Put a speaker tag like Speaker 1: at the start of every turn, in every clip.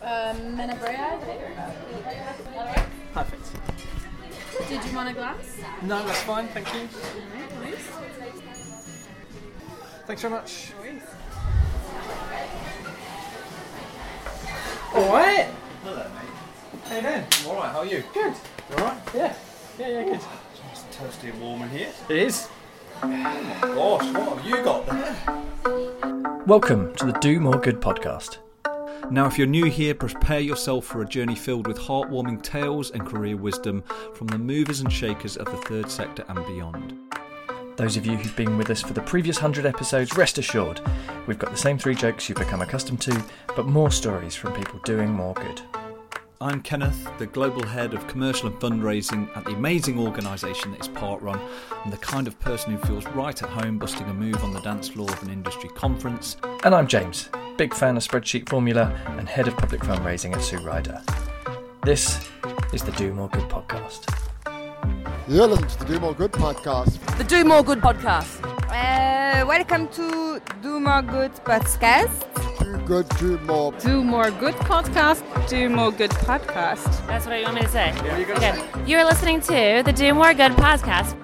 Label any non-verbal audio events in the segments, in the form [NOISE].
Speaker 1: Um, Menabrea.
Speaker 2: Perfect.
Speaker 1: Did you want a glass?
Speaker 2: No, that's fine. Thank you.
Speaker 1: Nice.
Speaker 2: Thanks very much. All right. Hello, mate. How you doing?
Speaker 3: All right, how are you?
Speaker 2: Good.
Speaker 3: All right.
Speaker 2: Yeah. Yeah, yeah, good.
Speaker 3: It's toasty and warm in here. Oh,
Speaker 2: It is.
Speaker 3: Gosh, what have you got there?
Speaker 4: Welcome to the Do More Good podcast.
Speaker 5: Now, if you're new here, prepare yourself for a journey filled with heartwarming tales and career wisdom from the movers and shakers of the third sector and beyond.
Speaker 4: Those of you who've been with us for the previous 100 episodes, rest assured, we've got the same three jokes you've become accustomed to, but more stories from people doing more good.
Speaker 5: I'm Kenneth, the global head of commercial and fundraising at the amazing organisation that is Part Run, and the kind of person who feels right at home busting a move on the dance floor of an industry conference.
Speaker 4: And I'm James, big fan of spreadsheet formula and head of public fundraising at Sue Ryder. This is the Do More Good podcast.
Speaker 6: You're listening to the Do More Good podcast.
Speaker 7: The Do More Good podcast.
Speaker 8: Uh, welcome to Do More Good podcast.
Speaker 6: Do good, do more.
Speaker 7: Do More Good podcast. Do More Good podcast.
Speaker 9: That's what you want me to say. okay. You're listening to the Do More Good podcast.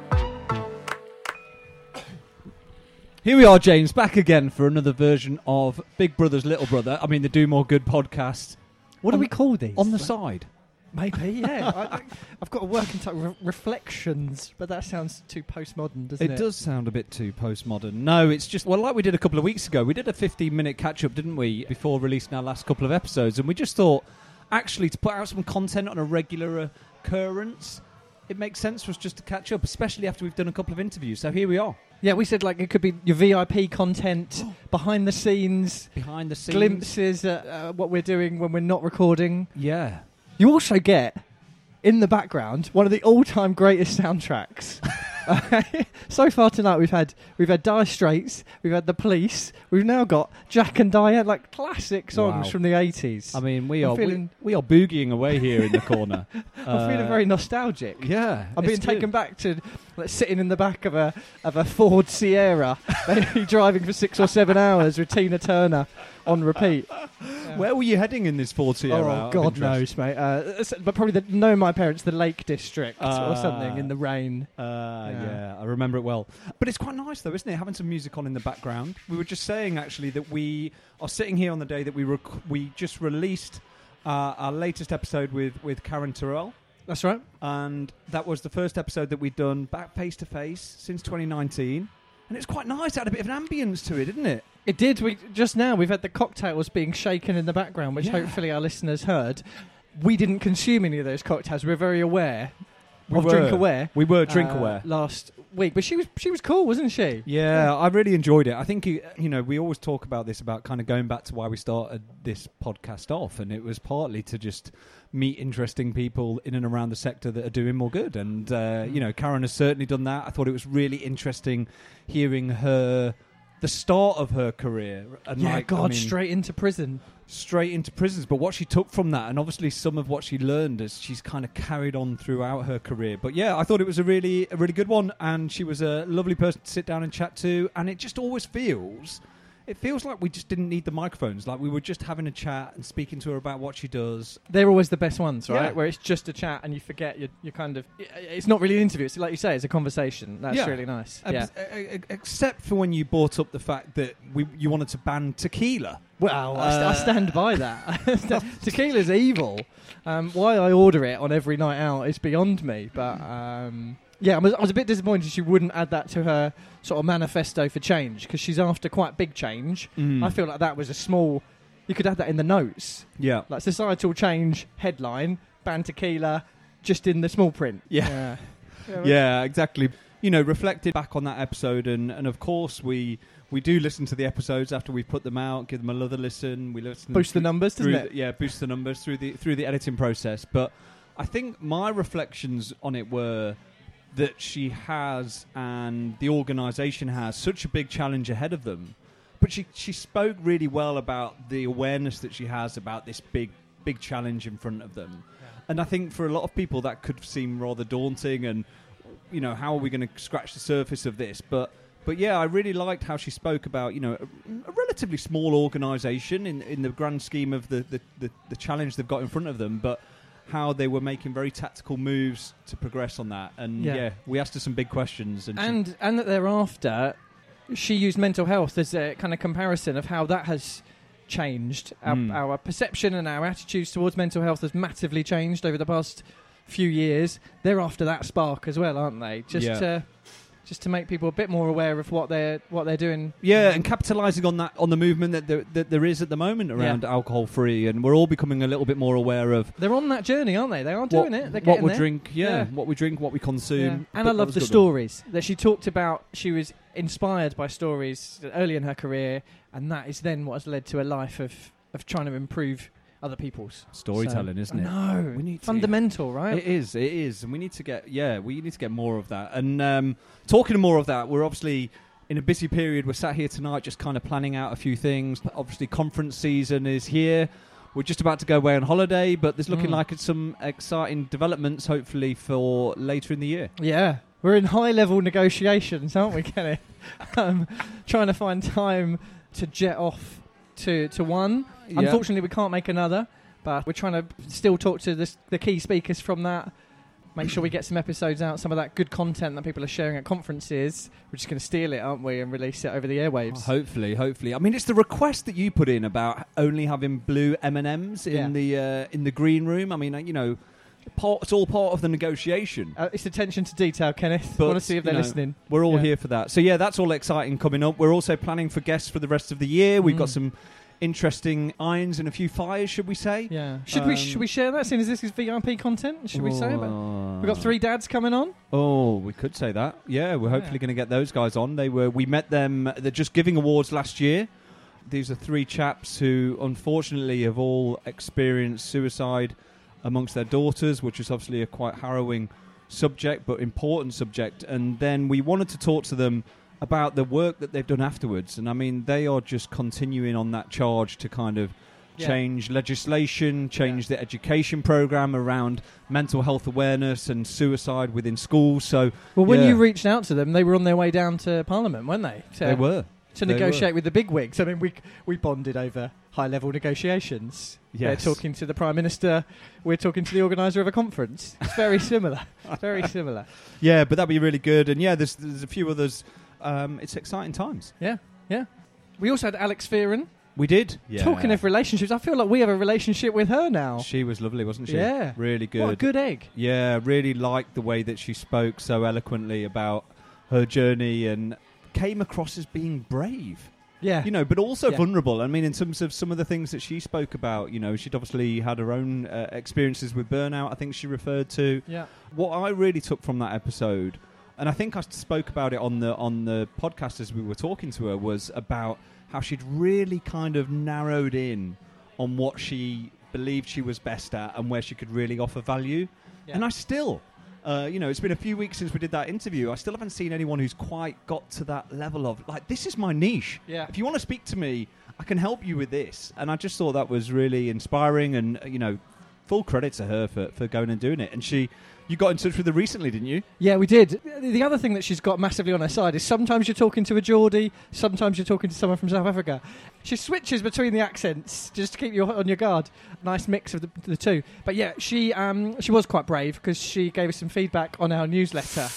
Speaker 10: Here we are, James, back again for another version of Big Brother's Little Brother. I mean, the Do More Good podcast.
Speaker 11: What do
Speaker 10: On-
Speaker 11: we call these?
Speaker 10: On the side.
Speaker 11: maybe, yeah. I, I've got a working title, re- reflections, but that sounds too postmodern, doesn't it?
Speaker 10: It does sound a bit too postmodern. No, it's just, well, like we did a couple of weeks ago, we did a 15 minute catch up, didn't we, before releasing our last couple of episodes. And we just thought, actually, to put out some content on a regular occurrence, it makes sense for us just to catch up, especially after we've done a couple of interviews. So here we are,
Speaker 11: Yeah, we said like it could be your VIP
Speaker 10: [GASPS]
Speaker 11: content, behind the scenes,
Speaker 10: behind the scenes.
Speaker 11: glimpses at uh, what we're doing when we're not recording.
Speaker 10: Yeah.
Speaker 11: You also get in the background one of the all-time greatest
Speaker 10: [LAUGHS]
Speaker 11: soundtracks. [LAUGHS] so far tonight, we've had we've had Dire Straits, we've had The Police, we've now got Jack and Diane, like classic songs
Speaker 10: Wow.
Speaker 11: from the eighties.
Speaker 10: I mean, we
Speaker 11: I'm
Speaker 10: are
Speaker 11: feeling-
Speaker 10: we, we are boogieing away here in the corner.
Speaker 11: [LAUGHS] I'm feeling
Speaker 10: Uh,
Speaker 11: very nostalgic.
Speaker 10: Yeah,
Speaker 11: I'm
Speaker 10: it's
Speaker 11: being taken
Speaker 10: good.
Speaker 11: back to like, sitting in the back of a of a Ford Sierra, [LAUGHS] maybe driving for six or seven hours with Tina Turner on repeat.
Speaker 10: Uh, Where were you heading in this forty? hour out
Speaker 11: oh
Speaker 10: of
Speaker 11: God knows,
Speaker 10: interest?
Speaker 11: mate. Uh, s- but probably the, know my parents, the Lake District or something
Speaker 10: Ah.
Speaker 11: in the rain.
Speaker 10: Uh,
Speaker 11: Yeah.
Speaker 10: yeah. I remember it well. But it's quite nice, though, isn't it? Having some music on in the background. We were just saying actually that we are sitting here on the day that we rec- we just released uh, our latest episode with with Karen Terrell,
Speaker 11: That's right.
Speaker 10: and that was the first episode that we'd done back face to face since 2019. And it's quite nice. It had a bit of an ambience to it, didn't it?
Speaker 11: It did. We just now we've had the cocktails being shaken in the background, which
Speaker 10: Yeah.
Speaker 11: hopefully our listeners heard. We didn't consume any of those cocktails. We were very aware
Speaker 10: We
Speaker 11: of
Speaker 10: were.
Speaker 11: drink aware.
Speaker 10: We were drink
Speaker 11: uh,
Speaker 10: aware.
Speaker 11: last week, but she was she was cool, wasn't she?
Speaker 10: Yeah, I really enjoyed it. I think you you know we always talk about this about kind of going back to why we started this podcast off, and it was partly to just meet interesting people in and around the sector that are doing more good. And uh, you know, Karen has certainly done that. I thought it was really interesting hearing her. The start of her career, and
Speaker 11: Yeah,
Speaker 10: like, I
Speaker 11: God,
Speaker 10: mean,
Speaker 11: straight into prison.
Speaker 10: straight into prisons. But what she took from that, and obviously some of what she learned, as she's kind of carried on throughout her career. But yeah, I thought it was a really, a really good one, and she was a lovely person to sit down and chat to. And it just always feels, it feels like we just didn't need the microphones. Like we were just having a chat and speaking to her about what she does.
Speaker 11: They're always the best ones, right?
Speaker 10: Yeah.
Speaker 11: Where it's just a chat and you forget you're, you're kind of. It's not really an interview. It's like you say, it's a conversation. That's
Speaker 10: Yeah.
Speaker 11: really nice.
Speaker 10: Ex-
Speaker 11: yeah.
Speaker 10: e- e- Except for when you brought up the fact that we, you wanted to ban tequila.
Speaker 11: Well, I, st- I
Speaker 10: Uh,
Speaker 11: stand by that. [LAUGHS] Tequila's evil. Um, why I order it on every night out is beyond me. But um, yeah, I was, I was a bit disappointed she wouldn't add that to her sort of manifesto for change because she's after quite big change. I feel like that was a small. You could add that in the notes,
Speaker 10: yeah.
Speaker 11: like societal change headline, ban tequila, just in the small print.
Speaker 10: Yeah. yeah, exactly. You know, reflected back on that episode, and, and of course we we do listen to the episodes after we put them out, give them another listen. We listen
Speaker 11: Boost the
Speaker 10: through-
Speaker 11: numbers, doesn't
Speaker 10: through
Speaker 11: it?
Speaker 10: the- yeah, boost the numbers through the through the editing process. But I think my reflections on it were that she has and the organisation has such a big challenge ahead of them. But she she spoke really well about the awareness that she has about this big big challenge in front of them. And I think for a lot of people that could seem rather daunting and you know, how are we going to scratch the surface of this? But But yeah, I really liked how she spoke about you know a, a relatively small organisation in in the grand scheme of the, the, the, the challenge they've got in front of them, but how they were making very tactical moves to progress on that. And
Speaker 11: Yeah.
Speaker 10: yeah, we asked her some big questions, and, she-
Speaker 11: and and that thereafter, she used mental health as a kind of comparison of how that has changed our,
Speaker 10: Mm.
Speaker 11: our perception and our attitudes towards mental health has massively changed over the past few years. They're after that spark as well, aren't they? Just
Speaker 10: Yeah.
Speaker 11: to just to make people a bit more aware of what they're what they're doing.
Speaker 10: Yeah, and capitalising on that on the movement that there, that there is at the moment around alcohol free, and we're all becoming a little bit more aware of
Speaker 11: They're on that journey, aren't they? They are
Speaker 10: what,
Speaker 11: doing it. They're
Speaker 10: what
Speaker 11: getting
Speaker 10: we
Speaker 11: there.
Speaker 10: drink, yeah,
Speaker 11: Yeah.
Speaker 10: what we drink, what we consume.
Speaker 11: Yeah.
Speaker 10: But
Speaker 11: And I
Speaker 10: that
Speaker 11: love
Speaker 10: was
Speaker 11: the
Speaker 10: a good one.
Speaker 11: stories that she talked about. She was inspired by stories early in her career, and that is then what has led to a life of, of trying to improve other people's
Speaker 10: Storytelling,
Speaker 11: So-
Speaker 10: isn't it?
Speaker 11: No,
Speaker 10: We need to-
Speaker 11: fundamental, right?
Speaker 10: It is, it is, and we need to get yeah, we need to get more of that. And um, talking more of that, we're obviously in a busy period. We're sat here tonight, just kind of planning out a few things. Obviously, conference season is here. We're just about to go away on holiday, but there's looking
Speaker 11: Mm.
Speaker 10: like it's some exciting developments, hopefully for later in the year.
Speaker 11: Yeah, we're in high level negotiations, aren't we, Kenny? [LAUGHS] um, trying to find time to jet off to to one.
Speaker 10: Yeah.
Speaker 11: Unfortunately, we can't make another, but we're trying to still talk to this, the key speakers from that. Make sure we get some episodes out, some of that good content that people are sharing at conferences. We're just going to steal it, aren't we, and release it over the airwaves.
Speaker 10: Hopefully, hopefully. I mean, it's the request that you put in about only having blue M and M's in the uh, in the green room. I mean, uh, you know, part, it's all part of the negotiation.
Speaker 11: Uh, it's attention to detail, Kenneth.
Speaker 10: But,
Speaker 11: Want to see if
Speaker 10: you
Speaker 11: they're
Speaker 10: know,
Speaker 11: listening.
Speaker 10: We're all
Speaker 11: Yeah.
Speaker 10: here for that. So yeah, that's all exciting coming up. We're also planning for guests for the rest of the year. We've got
Speaker 11: Mm.
Speaker 10: some interesting irons and a few fires, should we say?
Speaker 11: Yeah. Should
Speaker 10: Um,
Speaker 11: we should we share that? Seeing as this is VIP content, should we say? But we've got three dads coming on.
Speaker 10: Oh, we could say that. Yeah, we're hopefully
Speaker 11: Yeah.
Speaker 10: going to get those guys on. They were we met them at the Just Giving Awards last year. These are three chaps who unfortunately have all experienced suicide amongst their daughters, which is obviously a quite harrowing subject but important subject. And then we wanted to talk to them about the work that they've done afterwards. And I mean, they are just continuing on that charge to kind of
Speaker 11: Yeah.
Speaker 10: change legislation, change the education program around mental health awareness and suicide within schools. So,
Speaker 11: Well, when
Speaker 10: yeah,
Speaker 11: you reached out to them, they were on their way down to Parliament, weren't they? To,
Speaker 10: they were
Speaker 11: to
Speaker 10: They were.
Speaker 11: negotiate with the big wigs. I mean, we we bonded over high level negotiations.
Speaker 10: Yes.
Speaker 11: They're talking to the prime minister. We're talking to the organizer of a conference. It's
Speaker 10: [LAUGHS]
Speaker 11: very similar. It's very similar.
Speaker 10: yeah, but that'd be really good. And yeah, there's there's a few others. Um, it's exciting times.
Speaker 11: Yeah, yeah. We also had Alex Fearon
Speaker 10: We did
Speaker 11: talking of relationships. I feel like we have a relationship with her now.
Speaker 10: She was lovely, wasn't she?
Speaker 11: Yeah.
Speaker 10: really good.
Speaker 11: What a good egg.
Speaker 10: Yeah, really liked the way that she spoke so eloquently about her journey and came across as being brave.
Speaker 11: Yeah.
Speaker 10: [LAUGHS] you know, but also
Speaker 11: Yeah.
Speaker 10: vulnerable. I mean, in terms of some of the things that she spoke about, you know, she'd obviously had her own uh, experiences with burnout. I think she referred to
Speaker 11: Yeah.
Speaker 10: what I really took from that episode, and I think I spoke about it on the on the podcast as we were talking to her, was about how she'd really kind of narrowed in on what she believed she was best at and where she could really offer value.
Speaker 11: Yeah.
Speaker 10: And I still, uh, you know, it's been a few weeks since we did that interview. I still haven't seen anyone who's quite got to that level of like, this is my niche.
Speaker 11: Yeah.
Speaker 10: If you want to speak to me, I can help you with this. And I just thought that was really inspiring, and uh, you know, full credit to her for for going and doing it. And she, you got in touch with her recently, didn't you?
Speaker 11: Yeah, we did. The other thing that she's got massively on her side is sometimes you're talking to a Geordie, sometimes you're talking to someone from South Africa. She switches between the accents just to keep you on your guard. Nice mix of the, the two. But yeah, she um, she was quite brave because she gave us some feedback on our newsletter.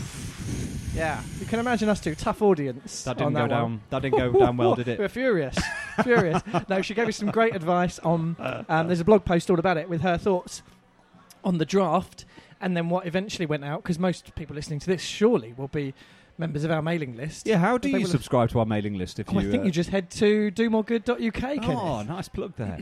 Speaker 11: Oof. Yeah, you can imagine us two tough audience.
Speaker 10: That
Speaker 11: on
Speaker 10: didn't go
Speaker 11: one.
Speaker 10: down. That didn't go down well,
Speaker 11: [LAUGHS]
Speaker 10: did
Speaker 11: We We're
Speaker 10: it?
Speaker 11: furious, furious. No, she gave us some great advice
Speaker 10: [LAUGHS]
Speaker 11: on.
Speaker 10: Uh,
Speaker 11: Um, there's a blog post all about it with her thoughts on the draft, and then what eventually went out. Because most people listening to this surely will be members of our mailing list.
Speaker 10: Yeah. How do
Speaker 11: They
Speaker 10: you
Speaker 11: will have-
Speaker 10: subscribe to our mailing list? If
Speaker 11: Oh,
Speaker 10: you,
Speaker 11: I think
Speaker 10: uh,
Speaker 11: you just head to domoregood.uk.
Speaker 10: Oh,
Speaker 11: Kenneth.
Speaker 10: nice plug there.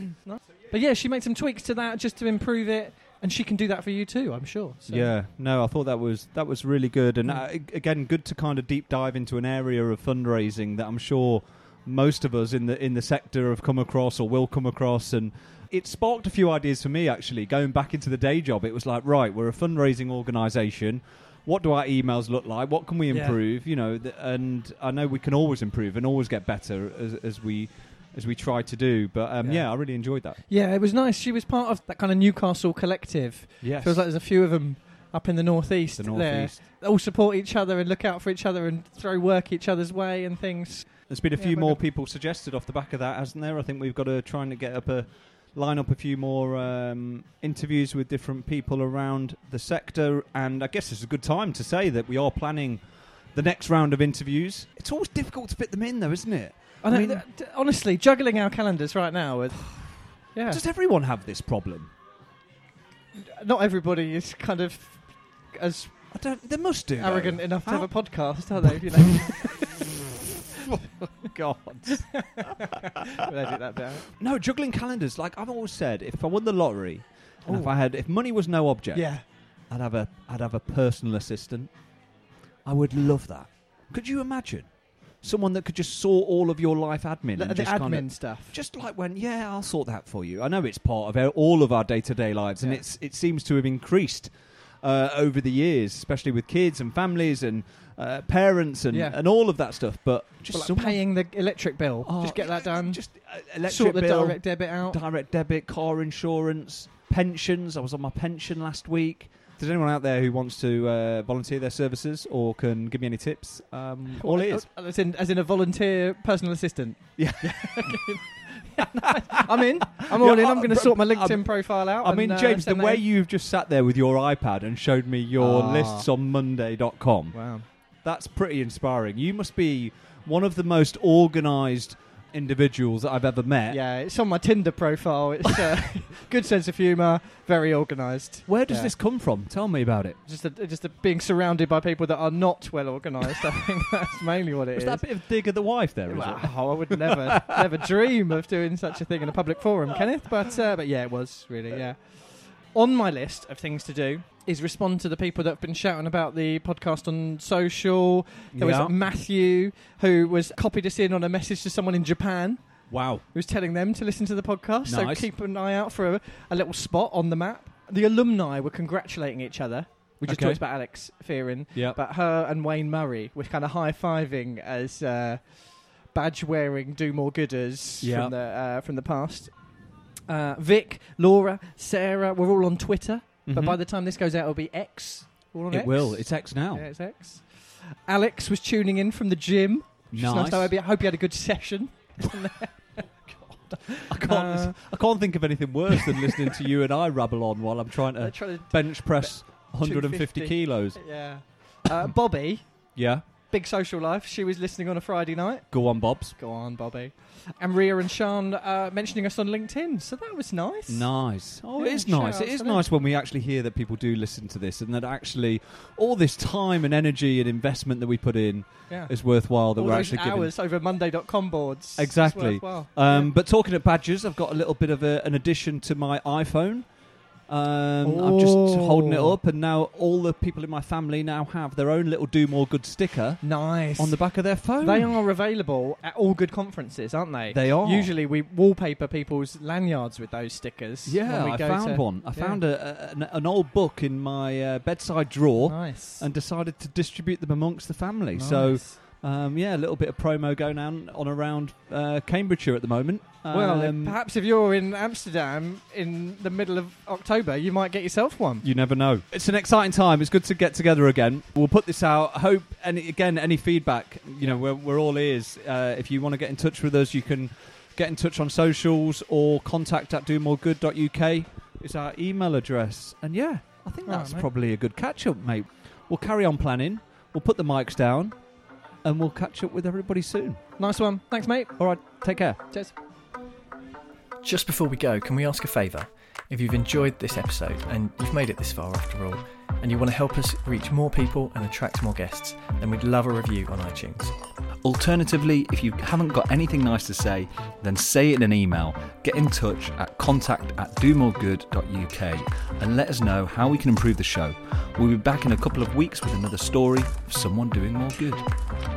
Speaker 11: But yeah, she made some tweaks to that just to improve it, and she can do that for you too. I'm sure. So. Hmm.
Speaker 10: Yeah, no, I thought that was that was really good, and uh, ag- again, good to kind of deep dive into an area of fundraising that I'm sure most of us in the in the sector have come across or will come across, and it sparked a few ideas for me actually. Going back into the day job, it was like, right, we're a fundraising organisation. What do our emails look like? What can we
Speaker 11: Yeah.
Speaker 10: improve? You know, th- and I know we can always improve and always get better as, as we as we try to do. But um,
Speaker 11: Yeah.
Speaker 10: yeah. I really enjoyed that.
Speaker 11: Yeah, it was nice. She was part of that kind of Newcastle collective.
Speaker 10: Yes.
Speaker 11: Feels like there's a few of them up in the northeast.
Speaker 10: The
Speaker 11: there,
Speaker 10: northeast.
Speaker 11: all support each other and look out for each other and throw work each other's way and things.
Speaker 10: There's been a
Speaker 11: Yeah,
Speaker 10: few
Speaker 11: we're
Speaker 10: more people suggested off the back of that, hasn't there? I think we've got to try and get up a line up a few more um, interviews with different people around the sector, and I guess it's a good time to say that we are planning the next round of interviews. It's always difficult to fit them in, though, isn't it?
Speaker 11: I, mean, honestly, juggling our calendars right now with yeah,
Speaker 10: does everyone have this problem?
Speaker 11: not everybody is kind of as
Speaker 10: I don't. They must do
Speaker 11: arrogant
Speaker 10: though.
Speaker 11: enough to
Speaker 10: How-
Speaker 11: have a podcast, are they? You know,
Speaker 10: [LAUGHS] God. No, juggling calendars. Like I've always said, if I won the lottery, and if
Speaker 11: Ooh.
Speaker 10: I had, if money was no object,
Speaker 11: Yeah.
Speaker 10: I'd have a, I'd have a personal assistant. I would love that. Could you imagine someone that could just sort all of your life admin?
Speaker 11: The-
Speaker 10: and
Speaker 11: the
Speaker 10: just kinda-
Speaker 11: admin stuff.
Speaker 10: Just like when, yeah, I'll sort that for you. I know it's part of our, all of our day to day lives, and it's it seems to have increased uh, over the years, especially with kids and families and uh, parents and
Speaker 11: Yeah.
Speaker 10: and all of that stuff. But just
Speaker 11: just
Speaker 10: someone-
Speaker 11: paying the electric bill.
Speaker 10: Oh,
Speaker 11: just get that done.
Speaker 10: Just uh, electric
Speaker 11: sort the
Speaker 10: bill,
Speaker 11: direct debit out.
Speaker 10: direct debit, car insurance, pensions. I was on my pension last week. If there's anyone out there who wants to uh, volunteer their services or can give me any tips, um, all it is.
Speaker 11: Uh, As in, as in a volunteer personal assistant. [LAUGHS]
Speaker 10: Yeah.
Speaker 11: I'm in. I'm all
Speaker 10: Yeah,
Speaker 11: in. I'm
Speaker 10: uh,
Speaker 11: going to
Speaker 10: br-
Speaker 11: sort my
Speaker 10: br-
Speaker 11: LinkedIn
Speaker 10: um,
Speaker 11: profile out.
Speaker 10: I mean,
Speaker 11: and, uh,
Speaker 10: James, the
Speaker 11: send that
Speaker 10: way
Speaker 11: in.
Speaker 10: you've just sat there with your iPad and showed me your
Speaker 11: Ah.
Speaker 10: lists on Monday.com.
Speaker 11: Wow.
Speaker 10: That's pretty inspiring. You must be one of the most organised individuals that I've ever met.
Speaker 11: Yeah, it's on my Tinder profile. It's uh, [LAUGHS] good sense of humour, very organised.
Speaker 10: Where does
Speaker 11: Yeah.
Speaker 10: this come from? Tell me about it.
Speaker 11: Just a, just a being surrounded by people that are not well organised. I think [LAUGHS] that's mainly what it
Speaker 10: Was
Speaker 11: is.
Speaker 10: that a bit of dig at the wife [LAUGHS] there? is
Speaker 11: [LAUGHS]
Speaker 10: it?
Speaker 11: Wow, I would never, never dream of doing such a thing in a public forum, Kenneth. But uh, but yeah, it was really yeah. On my list of things to do is respond to the people that have been shouting about the podcast on social. There
Speaker 10: Yeah.
Speaker 11: was Matthew who was copied us in on a message to someone in Japan.
Speaker 10: Wow.
Speaker 11: Who was telling them to listen to the podcast?
Speaker 10: Nice.
Speaker 11: So keep an eye out for a, a little spot on the map. The alumni were congratulating each other. We just
Speaker 10: Okay.
Speaker 11: talked about Alex Fearon
Speaker 10: Yeah.
Speaker 11: but her and Wayne Murray were kind of high fiving as uh, badge wearing do more gooders
Speaker 10: Yeah.
Speaker 11: from the uh, from the past. Uh, Vic, Laura, Sarah, we're all on Twitter, but
Speaker 10: Mhm.
Speaker 11: by the time this goes out, it'll be X. We're all on
Speaker 10: It
Speaker 11: X.
Speaker 10: will. It's X now.
Speaker 11: Yeah, it's X. Alex was tuning in from the gym. Which is
Speaker 10: Nice.
Speaker 11: nice. I hope you- I hope you had a good [LAUGHS] session.
Speaker 10: I can't.
Speaker 11: Uh,
Speaker 10: I can't think of anything worse than listening to you and I rabble on while I'm trying
Speaker 11: I
Speaker 10: to
Speaker 11: tried to-
Speaker 10: bench press 150
Speaker 11: 250.
Speaker 10: kilos.
Speaker 11: yeah. Uh, Bobby,
Speaker 10: Yeah,
Speaker 11: big social life. She was listening on a Friday night.
Speaker 10: go on, Bob's.
Speaker 11: Go on, Bobby. And Ria and Sean uh, mentioning us on LinkedIn, so that was nice.
Speaker 10: Nice. Oh, it
Speaker 11: Yeah,
Speaker 10: is
Speaker 11: shout
Speaker 10: nice.
Speaker 11: out
Speaker 10: It is
Speaker 11: to them.
Speaker 10: nice when we actually hear that people do listen to this and that actually all this time and energy and investment that we put in
Speaker 11: Yeah.
Speaker 10: is worthwhile. That
Speaker 11: All
Speaker 10: we're
Speaker 11: those
Speaker 10: actually giving.
Speaker 11: hours over Monday.com boards. It's
Speaker 10: Exactly.
Speaker 11: worthwhile.
Speaker 10: Um,
Speaker 11: Yeah.
Speaker 10: But talking of badges, I've got a little bit of a, an addition to my iPhone. Um, I'm just
Speaker 11: Oh.
Speaker 10: holding it up, and now all the people in my family now have their own little Do More Good sticker
Speaker 11: Nice.
Speaker 10: on the back of their phone.
Speaker 11: they are available at all good conferences, aren't they?
Speaker 10: They are.
Speaker 11: Usually we wallpaper people's lanyards with those stickers.
Speaker 10: Yeah,
Speaker 11: when we
Speaker 10: I
Speaker 11: go
Speaker 10: found
Speaker 11: to-
Speaker 10: one. I
Speaker 11: yeah.
Speaker 10: found a, a, an, an old book in my uh, bedside drawer
Speaker 11: Nice.
Speaker 10: and decided to distribute them amongst the family.
Speaker 11: nice.
Speaker 10: So, um, yeah, a little bit of promo going on, on around uh, Cambridgeshire at the moment.
Speaker 11: well, if-
Speaker 10: Um,
Speaker 11: perhaps if you're in Amsterdam in the middle of October, you might get yourself one.
Speaker 10: You never know. It's an exciting time. It's good to get together again. We'll put this out. Hope and again, any feedback, you know, we're, we're all ears. Uh, if you want to get in touch with us, you can get in touch on socials or contact at domoregood.uk is our email address. And yeah, I think
Speaker 11: All right,
Speaker 10: that's
Speaker 11: mate.
Speaker 10: probably a good catch up, mate. We'll carry on planning. We'll put the mics down, and we'll catch up with everybody soon.
Speaker 11: Nice one. Thanks, mate.
Speaker 10: All right, take care.
Speaker 11: Cheers.
Speaker 4: Just before we go, can we ask a favour? If you've enjoyed this episode and you've made it this far after all, and you want to help us reach more people and attract more guests, then we'd love a review on iTunes.
Speaker 5: Alternatively, if you haven't got anything nice to say, then say it in an email. Get in touch at contact at domoregood.uk and let us know how we can improve the show. We'll be back in a couple of weeks with another story of someone doing more good.